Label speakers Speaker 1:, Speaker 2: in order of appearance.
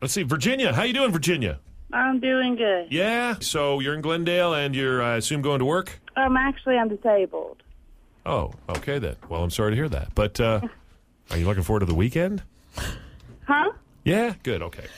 Speaker 1: Let's see, Virginia. How you doing, Virginia?
Speaker 2: I'm doing good.
Speaker 1: Yeah. So you're in Glendale, and you're, I assume, going to work.
Speaker 2: Um, actually, I'm disabled.
Speaker 1: Oh, okay then. Well, I'm sorry to hear that. But uh, are you looking forward to the weekend?
Speaker 2: Huh?
Speaker 1: Yeah. Good. Okay.